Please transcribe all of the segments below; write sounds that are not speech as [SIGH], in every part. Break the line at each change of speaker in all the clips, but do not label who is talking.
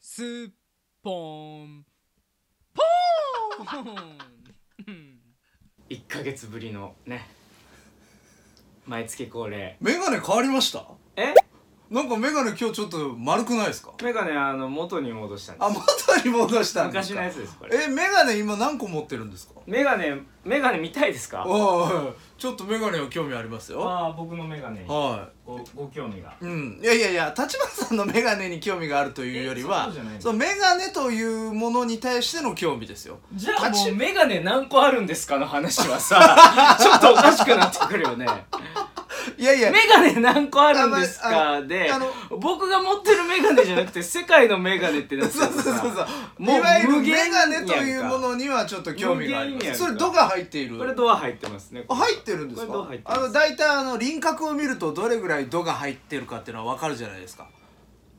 スッポンポーン
1ヶ月ぶりのね毎月恒例
メガネ変わりました
え
なんかメガネ今日ちょっと丸くないですか
メガネあの元に戻したんで
あ、
す
元に戻したんです
昔
か
のやつですこれ
え、メガネ今何個持ってるんですか
メガネメガネ見たいですか
おいおいちょっとメガネは興味ありますよ
ああ僕のメガネに
は
ごご興味が
いうん、いやいやいや立花さんのメガネに興味があるというより
えそ
は
うじゃないの
そのメガネというものに対しての興味ですよ
じゃあ
立
も
ち
うメガネ何個あるんですかの話は
[LAUGHS]
さちょっとおかしくなってくるよね
いやいや
メガネ何個あるんですかで
あの
僕が持ってるメガネじゃなくて世界のメガネってなっちゃ
そうう
か
そ
ら
うそうそう
もう
いわゆる
無限
メガネと
や
い
ん
う
か
ものにはちょっと興味がありま
無限やん
す
か
それ「ド」が入っている
これドア入ってますね
あ入ってるんで
こ
すか
れドア入って
あ
ま
の
す
大体あの輪郭を見るとどれぐらい「ド」が入ってるかっていうのは分かるじゃないですか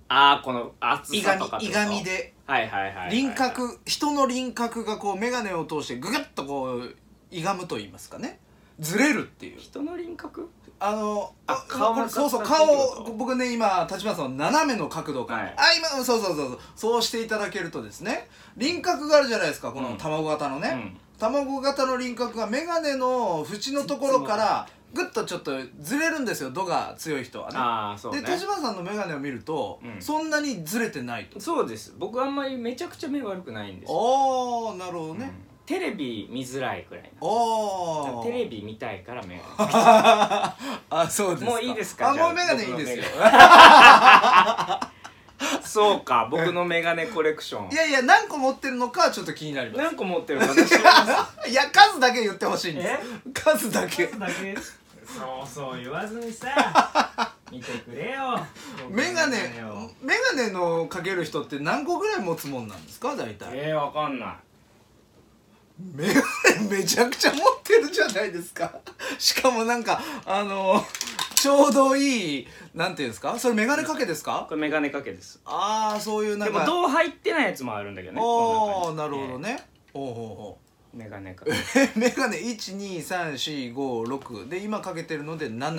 ああこの厚
い
さ
が
とかって
みい
こと
がみで
はいはいはいはい、
輪郭人の輪郭がこう眼鏡を通してググッとこういがむと言いますかねずれるっていう
人の輪郭
あの
あ
あ
顔
これ
の
そうそう
形
顔
ってこと
を僕ね今立花さんの斜めの角度から、
はい
あ今そうそうそうそうそうしていただけるとですね輪郭があるじゃないですかこ
う
の
ん
卵型のね、
うん
卵型の輪郭が眼鏡の縁のところからぐっとちょっとずれるんですよ度が強い人はね
ああそうね
で立花さんの眼鏡を見ると、
うん
そんなにずれてないと
そうです僕あんまりめちゃくちゃ目悪くないんですよ
ああなるほど
う
ね、
んテレビ見づらいくらいな
ああ
テレビ見たいから目が
あそうですか
もういいですか
あ
じゃあ
もう眼鏡いいですよ
僕そう
[LAUGHS]
か僕のメガネコレクション
いやいや何個持ってるのかはちょっと気になり
[LAUGHS]
ます
何個持って
[LAUGHS]
るか私は
いや数だけ言ってほしいんです数だけ
そうそう言わずにさ見てくれよ
眼鏡眼鏡のかける人って何個ぐらい持つもんなんですか大体
えー、わかんない
眼鏡めちゃくちゃ持ってるじゃないですか [LAUGHS] しかもなんかあのちょうどいいなんていうんですかそれ眼鏡かけですか
これメガネかけです
ああそういうな
で
ん
も
か
どう入ってないやつもあるんだけどね
お
こ
お
ん
な
感
る
じ
ほどねおうほうほ
え
う
ーメガネかけ
え [LAUGHS] メガネ1 2 3 4 5 6で今かけてるので7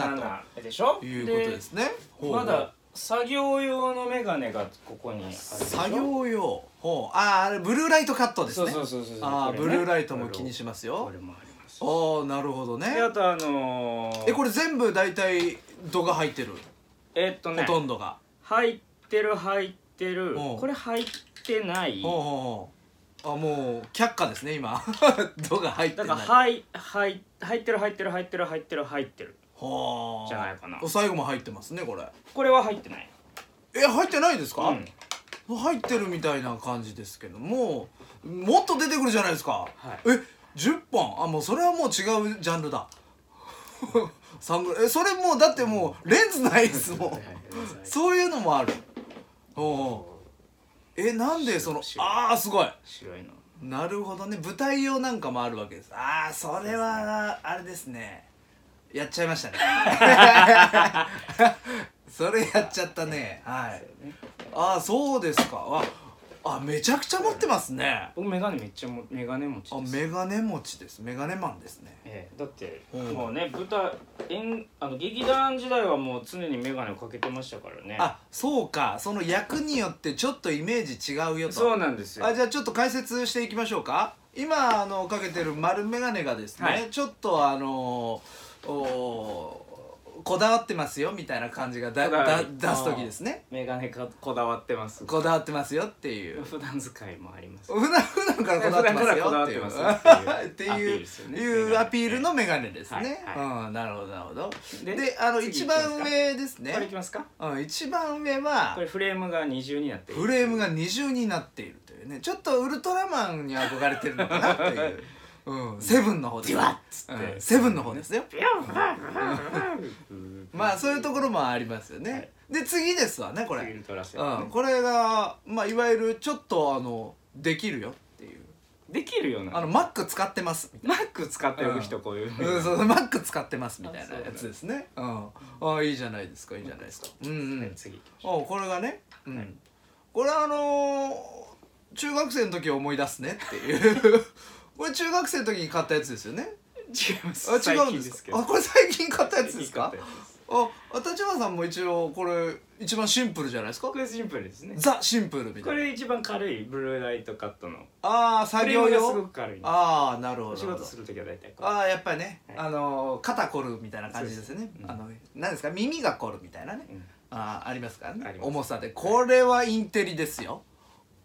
7でしょ
ということですねほうほう
まだ作業用のメガネがここにあるでしょ
作業用ほうあーあれブルーライトカットです
そう
ね
そうそうそう
ああ、ブルーライトも気に
し
します
こ
よ
れもあります
ああなるほどね
であとあのー、
えこれ全部大体度が入ってる
えっと
ほ
ね
とんどが
入ってる入ってる
うん
これ入ってない
ほうほうほうあもう却下ですね今 [LAUGHS] 度が入って
だ
な
か
い
らはいはい入ってる入ってる入ってる入ってる入ってる
ほう
じゃないかな
お最後も入ってますねこれ
これは入ってない
え入ってないですか、
うん
入ってるみたいな感じですけどももっと出てくるじゃないですか、
はい
え10本あもうそれはもう違うジャンルだ [LAUGHS] サングラえそれもうだってもうレンズないですもん
はいはい
そういうのもあるおおえなんでその
白い
ああすごい
白いの
なるほどね舞台用なんかもあるわけですああそれはあれですねやっちゃいましたねそれやっちゃったねはいああそうですかああめちゃくちゃ持ってますね
僕メガネめっちゃもメガネ持ち
あ
です
メガネ持ちですメガネマンですね
ええだって
うん
もうね舞台演あの劇団時代はもう常にメガネをかけてましたからね
あそうかその役によってちょっとイメージ違うよと
そうなんですよ
あじゃあちょっと解説していきましょうか今あのかけてる丸メガネがですね、
はい
ちょっとあのおこだわってますよみたいな感じがだ
こだわ
だ
り
出す時ですね
メガネかこだわってます
こだわってますよっていう
普段使いもあります
普段普段からこだわってます
普
よっていう
段からこだわってますよっ
[LAUGHS] っ
てて
い
いうう
いうアピールのメガネですね、
はい
うんなるほどなるほどで
で
あの
次
一
行きますか
番上です
これい
ね
きますか
うん一番上は
これフレームが二重になってる
フレームが二重になっているというねちょっとウルトラマンに憧れてるのかなっていう、 [LAUGHS] うん、セブンの方です
ジュワッつって
うんセブンの方ですよ
ビュンブンブン
まあそういうところもありますよね、で次ですわねこ
次
れ、
に取らせてね
うん、これがまあいわゆるちょっとあのできるよっていう
できるよう
あ
な
のマック使ってますみたいな
マック使ってる人こういうふ
うん、
うに
そうマック使ってますみたいなやつですねうんああいいじゃないですかいいじゃないですかうんう
はい
ん
次行きましょ
あこれがね、うん
はい
これはあのー中学生の時を思い出すねっ
[LAUGHS]
ていうこれ中学生の時に買ったやつですよね
う違います
あ違
最
うん
近
で
ですす
か
けど
あこれ最近買ったやつです
最近買
か
ったやつです
あ立花さんも一応これ一番シンプルじゃないですか
これシンプルですね
ザシンプルみた
こ
いな
れ一番軽いブルーライトカットの
ああ
フ
作
レーム
業
がすご
用
く軽いお
ああなるほど
仕事する時は大体こ
ああやっぱりね、
はい
あのー肩こるみたいな感じですね
そうです
あの何ですか耳がこるみたいなね
う、うん
あーありますから
あ
ね
ります
重さでこれはインテリですよ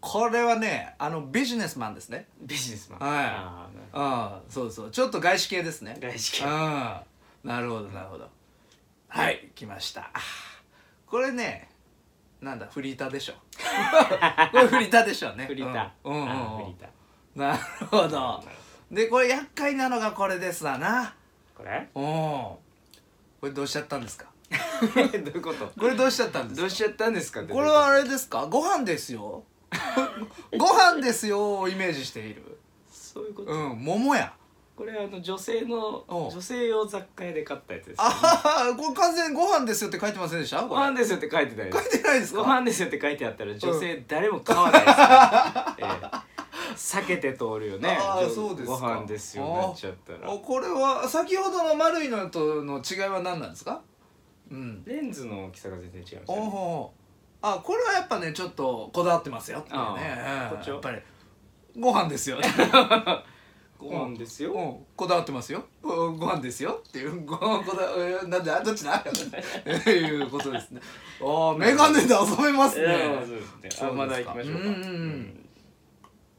これはねあのビジネスマンですね
ビジネスマン
はい
あーなるほ
うんそうそうちょっと外資系ですね
ど大好き
うんなるほどなるほどはい来ましたあーこれねなんだフリーター
[LAUGHS]
でしょこれフリーターでしょうね
フリーター
うんうんうん
あーフリーター
うんなるほどでこれ厄介なのがこれですわな
これ
うんこれどうしちゃったんですか
どういうこと
こ [LAUGHS] れどうしちゃったんです
ど
か
うしちゃったんですか
これはあれですかご飯ですよご飯ですよをイメージしている
そういうこと、
うん桃や
これあの女性の
おう
女性用雑貨屋で買ったやつです
あははこれ完全にご飯ですよって書いてませんでした
ご
こ
飯
れ
ですよって書いてたや
書
つ
いてないです
ご
か
飯ですよって書いてあったら女性誰も買わないですから、ええ避けて通るよね
あー
女
そうですか
ご飯ですよなっちゃったら
おこれは先ほどの丸いのとの違いは何なんですかうん
レンズの大きさが全然違いますよ
おう
ね
ほうあこれはやっぱねちょっとこだわってますよっていうね
あー
う
こ
ん
っちを
やっぱりご飯ですよ
ご飯ですよ、
うん、こだわってますよごご飯ですよっていう [LAUGHS] ごこだえーなんであどっちだっていうことですねああメガネで遊べます
ええまあ
ね
そうですね
そうですか
あまだ行きましょうか
うんうんうん
ん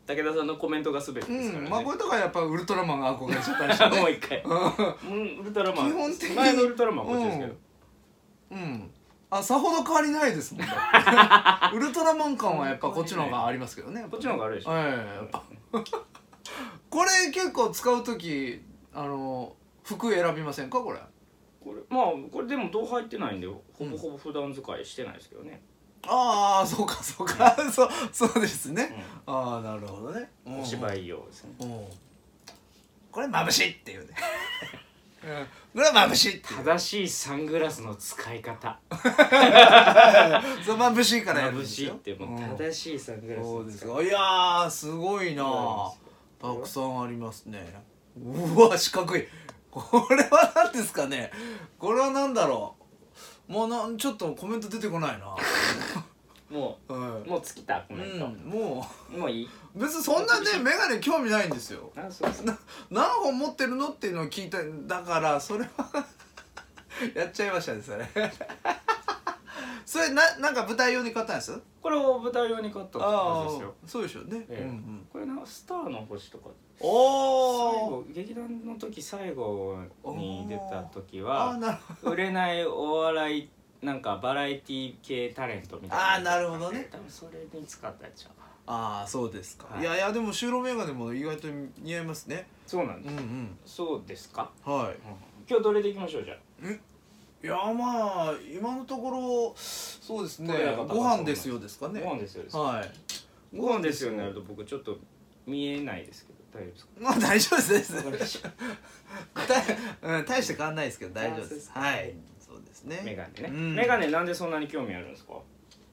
武田さんのコメントが全て
う
ですからね、
んまあこれとかやっぱウルトラマンが憧れちゃったりして
[LAUGHS]
ね
もう一回
うん
うんウルトラマン
基本的に
前のウルトラマンはこっちですけど、
うんうんあさほど変わりないですもん [LAUGHS] ねウルトラマン感はやっぱこっちの方がありますけどね
こっちの方があるでしょ
ええこれ結構使う時あの服選びませんかこれ
これまあこれでもどう入ってないんでほぼほぼ普段使いしてないですけどね、
ああそうかそうかそうそうですね
うん
ああなるほどね
お芝居用ですね
うんうんこれ眩しいっていうね [LAUGHS] うんこれは眩しいっていう
正しいサングラスの使い方
[LAUGHS] そう眩しいからやるん
眩
です
しいっ
よ
てもう
うん
正しいサングラス
そう
の
で
使
す
い
か
方
いやーすごいなあたくさんありますねうわ四角いこれは何ですかねこれは何だろうもうなんちょっとコメント出てこないな、
も
うん
うもう尽きたコメント、
うん、も
もういいう
別にそんなね眼鏡興味ないんですよ
あそうですね
何本持ってるのっていうのを聞いただからそれは [LAUGHS] やっちゃいましたねそれ [LAUGHS] それななんか舞台用に買ったんです
これを舞台用に買った
あ
や
あ
つですよ
そうでしょうね、
ええ
うんうん、
これなスターの星とか最
お
後劇団の時最後に出た時
おああ
は
なる
売れないお笑いなんかバラエティ系タレントみたいな
あーなるほどね
多分それに使ったやつちゃうかな
ああそうですか、
はい
い、やいやでも白眼鏡も意外と似合いますね
そうなん
う
で
ん
す、
うん
そうですか、
は
今日どれでいきましょうじゃあ
いいやまあ今のところそうですね
これなんか
ご飯ですよですかね
ご飯ですよ
はい
ご飯ですよになると僕ちょっと見えないですけど大丈夫ですか
まあ大丈夫です
わかりました
大,、うん、 [LAUGHS] 大して変わんないですけど大丈夫
あそう
で
です
す
か
はいそうですね
メガネね、
うん
メガネなんでそんなに興味あるんですか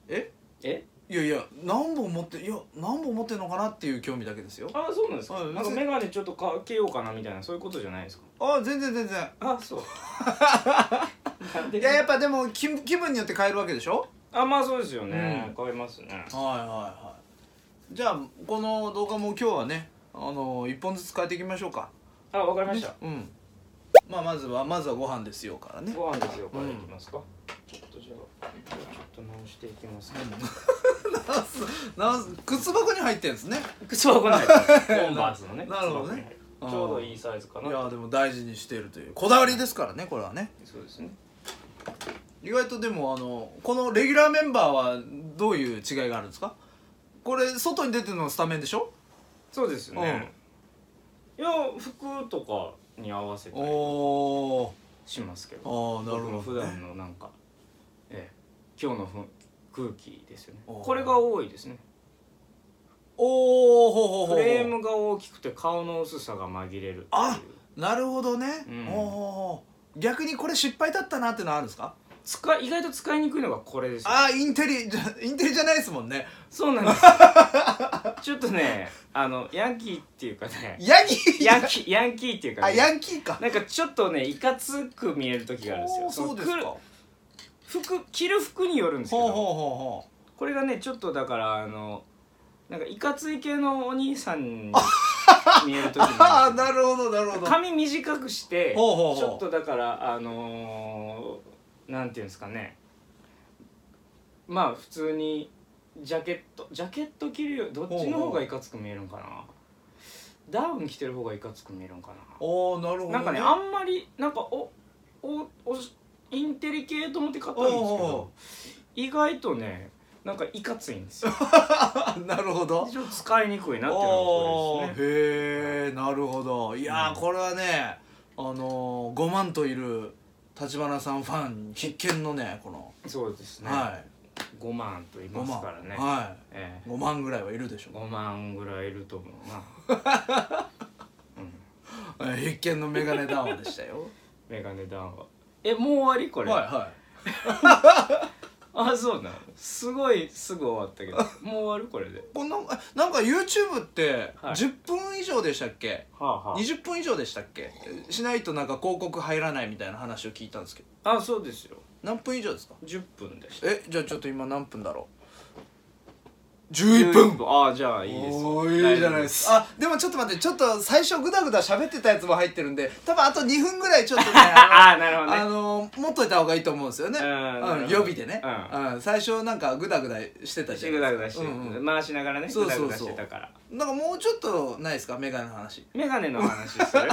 え
え
いやいや何本持っていや何本持ってるのかなっていう興味だけですよ
ああそうなんですか、
はい
なんかメガネちょっとかけようかなみたいなそういうことじゃないですか
あ全然全然
あそうなんで
いややっぱでも気気分によって変えるわけでしょ
あまあそうですよね、
うん
買いますね
はいはいはいじゃあこの動画も今日はねあの一本ずつ変えていきましょうか
あわかりました
うんまあまずはまずはご飯ですよからね
ご飯ですよからいきますか、ちょっとじゃあちょっと直していきますか、
なん靴箱に入ってるんですね
口はわかん
[LAUGHS]
ないコンバースのね
なるほどね
ちょうどいいサイズか
い
な
やでも大事にしているというこだわりですからねこれはね
そうですね
意外とでもあのこのレギュラーメンバーはどういう違いがあるんですかこれ外に出てるのスタメンでしょ
そうですよね、いや服とかに合わせたり
おー
しますけど
あーなる
僕の
ほ
普
どね
段のなんか、ええ、今日のふん空気ですよね
おー
これが多いですね
おおほうほうほうほ
フ
う
レームが大きくて顔の薄さが紛れるっていう
あなるほどね、
うん
おお逆にこれ失敗だったなってのはあるんですか
使い意外と使いにくいのがこれですよ
ああインテリじ [LAUGHS] ゃインテリじゃないですもんね
そうなんです [LAUGHS] ちょっとねあのヤンキーっていうかね
ヤギ
ヤンキーヤンキーっていうか、
あ
ね、
ヤンキーか
なんかちょっとねいかつく見える時があるんですよ
おーそうです
の
か
黒服着る服によるんですけ
ほうほう
ど
ほ
これがねちょっとだからあのなんかいかつい系のお兄さんに見える時
うほうああ
も
なるほどなるほど
髪短くして
ほうほうほう
ちょっとだからあのーなんていうんですかねまあ普通にジャケットジャケット着るよどっちの方がいかつく見えるんかなダウン着てる方がいかつく見えるんかな
おおなるほど、
なんかねあんまりなんかおおおしインテリ系と思って買ったんですけ
おうおう
ど意外とねなんかいかついんですよ
あなるほど
ちょっと使いにくいなっていうのがこ
お
れ
お
ですね
へえなるほどいやー、
うん
これはねあのー、5万といる立花さんファン必見のねこの、
そうですね、
は
5万と言い
い
ますからね、
は
え
い5万ぐらいはいるでし
え
ょ
5万ぐらいいると思うなうん
う、えー必見のメガネダウンでしたよ
メガネダウンはえもう終わり [LAUGHS] こ
はい
れ、
は
あそうなのすごいすぐ終わったけどもう終わるこれで
いこんなえなんか YouTube って
はい
10分以上でしたっけ、
はあは
20分以上でしたっけしないとなんか広告入らないみたいな話を聞いたんですけど
ああそうですよ
何分以上ですか
10分でした
えじゃあちょっと今何分だろう11分
ああじゃあいいです
おーいいじゃないですあでもちょっと待ってちょっと最初グダグダ喋ってたやつも入ってるんで多分あと2分ぐらいちょ
[LAUGHS]
っとね
あ
あ
あなるほ
の
ど
あ
ね
の持っといた方がいいと思うんですよね、
う
うん
なる
ん、
ほど
予備でね、
う
うん最初なんかグダグダしてたじゃ
グ
な
ダ
い
グ
で
ダ
す
し
か
て、
うんうん
回しながらね
そう
グダ
そうそ
グ
う
ダしてたから
なんかもうちょっとないですかメガネの話
メガネの話す
[LAUGHS]
る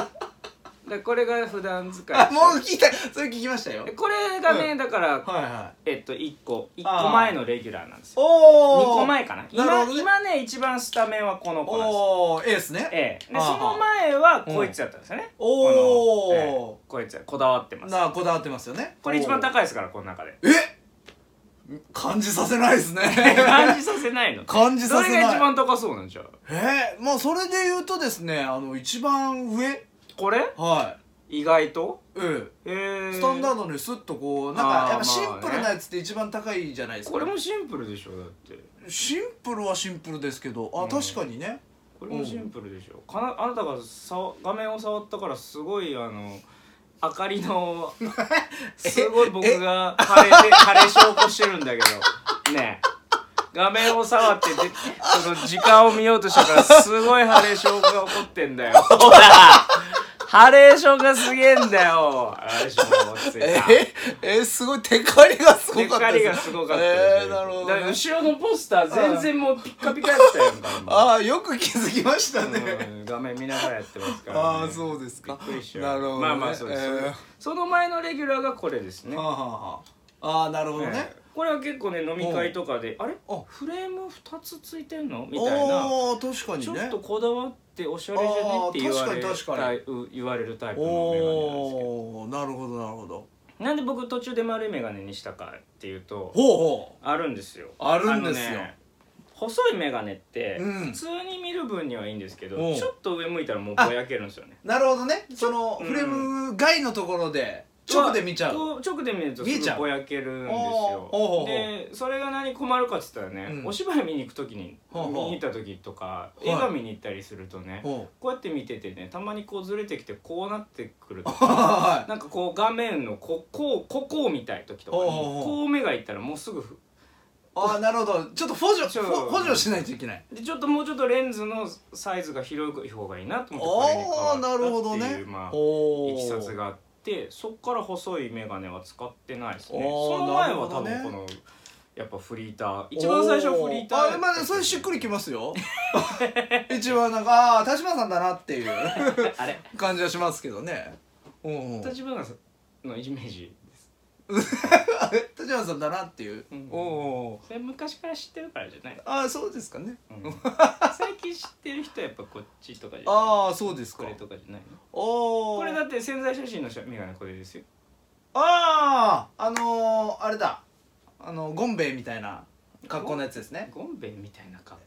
でこれが普段 [LAUGHS] 使い
あもう聞いたそれ聞きましたよ
でこれがね、
う
だから
はいはい
えっと1個1
あ
個
ー
前のレギュラーなんですよ2
おお
個前かな今
なるほどね
今ね一番スタメンはこの子なんですよ
おおエースね
ええで
あー
その前はこいつだったんですよね、
お
こ
お、
のええこいつこだわってます
なあこだわってますよね
これ一番
い
高いですからこの中で [LAUGHS]
え感じさせないですね
[LAUGHS] 感じさせないの
感じ
そ
さ
れ
せ
が一
ない
番高そうなんじゃう
えー、まあそれで言うとですねあの一番上
これ
はい
意外と
ええ
えー、
スタンダードにスッとこうなん
あー
かやっぱシ
まあ
ン
ね
プルなやつって一番高いじゃないですか、
これもシンプルでしょだって
シンプルはシンプルですけどあ、
うん
確かにね
これもシンプルでしょかなあなたがさ画面を触ったからすごいあの明かり
[LAUGHS]
のすごい僕が枯れて枯れ証拠してるんだけどねえ画面を触ってでその時間を見ようとしたからすごいハレー証拠が起こってんだよほらハレー証拠がすげえんだよハレー証拠がついた
えすごいテカリがす
で光がすごかったよ
えーなるほどね
だから後ろのポスター全然もうピッカピカやったやんか今
あよく気づきました
うん画面見ながらやってますから、
ああそうですか
びっくりしちゃう
なるほどね
まあまあそうです、
えー
その前のレギュラーがこれですね
はあ、はあはああーなるほどね、
ええこれは結構ね飲み会とかであれ
あ
フレーム2つついてんのみたいな
おー確かにね
ちょっとこだわっておしゃれじゃねって言われ
あー確かに
たいう言われるタイプのメガネなんですけど
おおなるほどなるほど
なんで僕途中で丸いメガネにしたかっていうと
ほうほ
あるんですよ
あるんですよ
あのね細いメガネって
うん
普通に見る分にはいいんですけど、
おう
ちょっと上向いたらもうぼやけるんですよね
うなるほどねその
うん
フレーム外のところで直で見ちゃう
と直で見ると
見え
す
ち
ぐ
ゃう
ぼやけるんです
おーおー
よ
おー
でそれが何困るかっつったらね、
うん
お芝居見に行く時に
ほうほう
見に行った時とか
はい
映画見に行ったりするとね
ほう
こうやって見ててねたまにこうずれてきてこうなってくる
[LAUGHS] はい
なんかこう画面のここうここを見たい時とかに
ほうほうほう
こう目がいったらもうすぐふ
あーなるほどちょっと補助
ちょ
補補助しないといけない
でちょっともうちょっとレンズのサイズが広い方がいいなと思って
ああ
こ
な
れ
る
に
ほ
変わったっ
ど
て
ね
いうまあ
お
い
ー
きさつがあってそこから細い眼鏡は使ってないですね
あ
そ
ー
の前は多
なる
分
ほ
こ
ど
のやっぱフリーター一番最初はフリーター
おあまあそれしっくりきま
[LAUGHS]
すよ一番なんかああー立花さんだなっていう
あれ
感じはしますけどねうんうん
立花さんのイメージ
立花さんだなっていう、
うん
おお
それ昔から知ってるからじゃない、
ああそうですかね [LAUGHS]
うん最近知ってる人はやっぱこっちとかじゃない
ああそうです
こ
か
れとかじゃないの
おお
これだって潜在写真の眼鏡これですよ
あああのー、あれだあのゴンベイみたいな格好のやつですね
ゴンベイみたいな格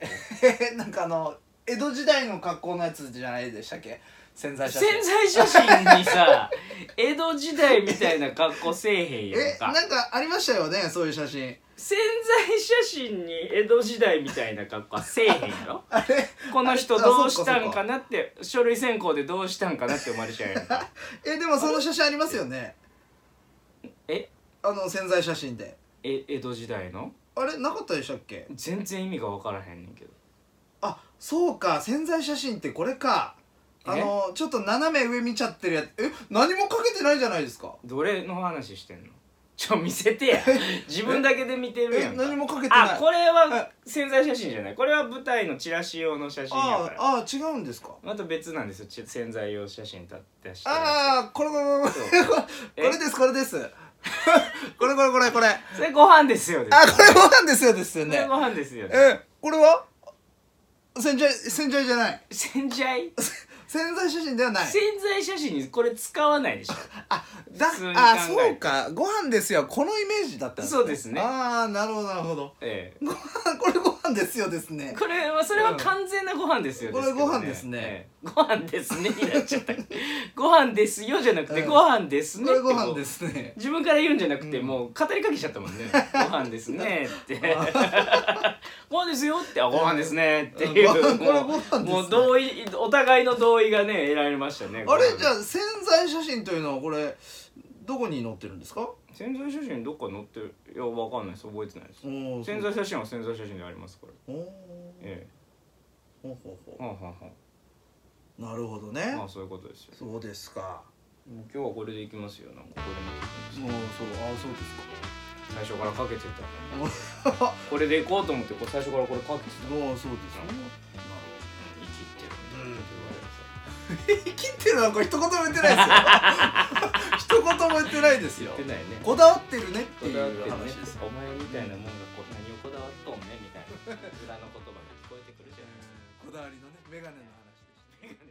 好
なんかあの江戸時代の格好のやつじゃないでしたっけ潜 [LAUGHS] 在写
潜
真
在写真にさ江戸時代みたいな格好せえへんやん
え
か
なんかありましたよねそういう写真
潜在写真に江戸時代みたいな格好はせえへんよ
[LAUGHS] あれ
この人どうしたんかなって書類選考でどうしたんかなって思われちゃうやんか
えでもその写真ありますよね
え
あの潜在写真で
え江戸時代の
あれなかったでしたっけ
全然意味が分からへんねんけど
あそうか潜在写真ってこれかあのちょっと斜め上見ちゃってるやつえ何もかけてないじゃないですか
どれの話してんのちょ見せてや
[LAUGHS]
自分だけで見てるや
え
んか
何もかけてない
あこれは潜在写真じゃないこれは舞台のチラシ用の写真やから
ああ違うんですか
また別なんですよち潜在用写真だ出してるや
ああこれこれこれ
そう
これ
え
[LAUGHS] これですこれですこれこれこれこれあ
つそれご飯ですよです
これご飯ですよですよ
これ
ね
ご飯ですよです
えこれは潜在潜在じゃない
潜在
潜在写真ではない
潜在写真にこれ使わないで [LAUGHS] しょ
あだ
普通に考
あ
えて
そうかご飯ですよこのイメージだったん
そうですね
ああなるほどなるほど [LAUGHS]
ええ
ご飯これご飯ですよですね
これはそれは完全なご飯ですよ
これ
ですけど
ご飯ですね
ええご飯ですねになっちゃ
[LAUGHS]
ったご飯ですよじゃなくて
うん
ご飯ですね
これご
って
飯
こう
ですね
自分から言うんじゃなくてもう語りかけちゃったも
[LAUGHS]
んね「ご飯ですね」って「ご飯ですよ」ってあ「ご飯ですね」っていう
うんご飯これ
もう
ご飯ですね
もう同意お互いの同意がね得られましたね
あれじゃ
あ
あ潜在写真というのはこれどこに載ってるんですか
潜在写真どっか載ってるいやわかんないです覚えてないです
おー
潜在写真は潜在写真でありますから
おー
え
ほうほう
え
ほ
はあ、はあは
うなるほど
あ、
ね
まあそういうことですよ
そうですか
もう今日はこれでいきますよなんかこれ
おー
で
そうあーそうですか
最初からかけてた
お
[LAUGHS] これでいこうと思ってこう最初からこれかけてた
ああそうです
なんか生きてるみたいなこと言われてさ
生きてるなんか一言も言ってないで
[LAUGHS]
すよ一言も言ってないですよ
言ってないね
こだわってるねって
こ
い
だわって
う
ね
話ですよ
お前みたいなもんがこう何をこだわっとんねみたいな裏の言葉が聞こえてくるじゃないですか
こだわりのねメガネの話でした
眼鏡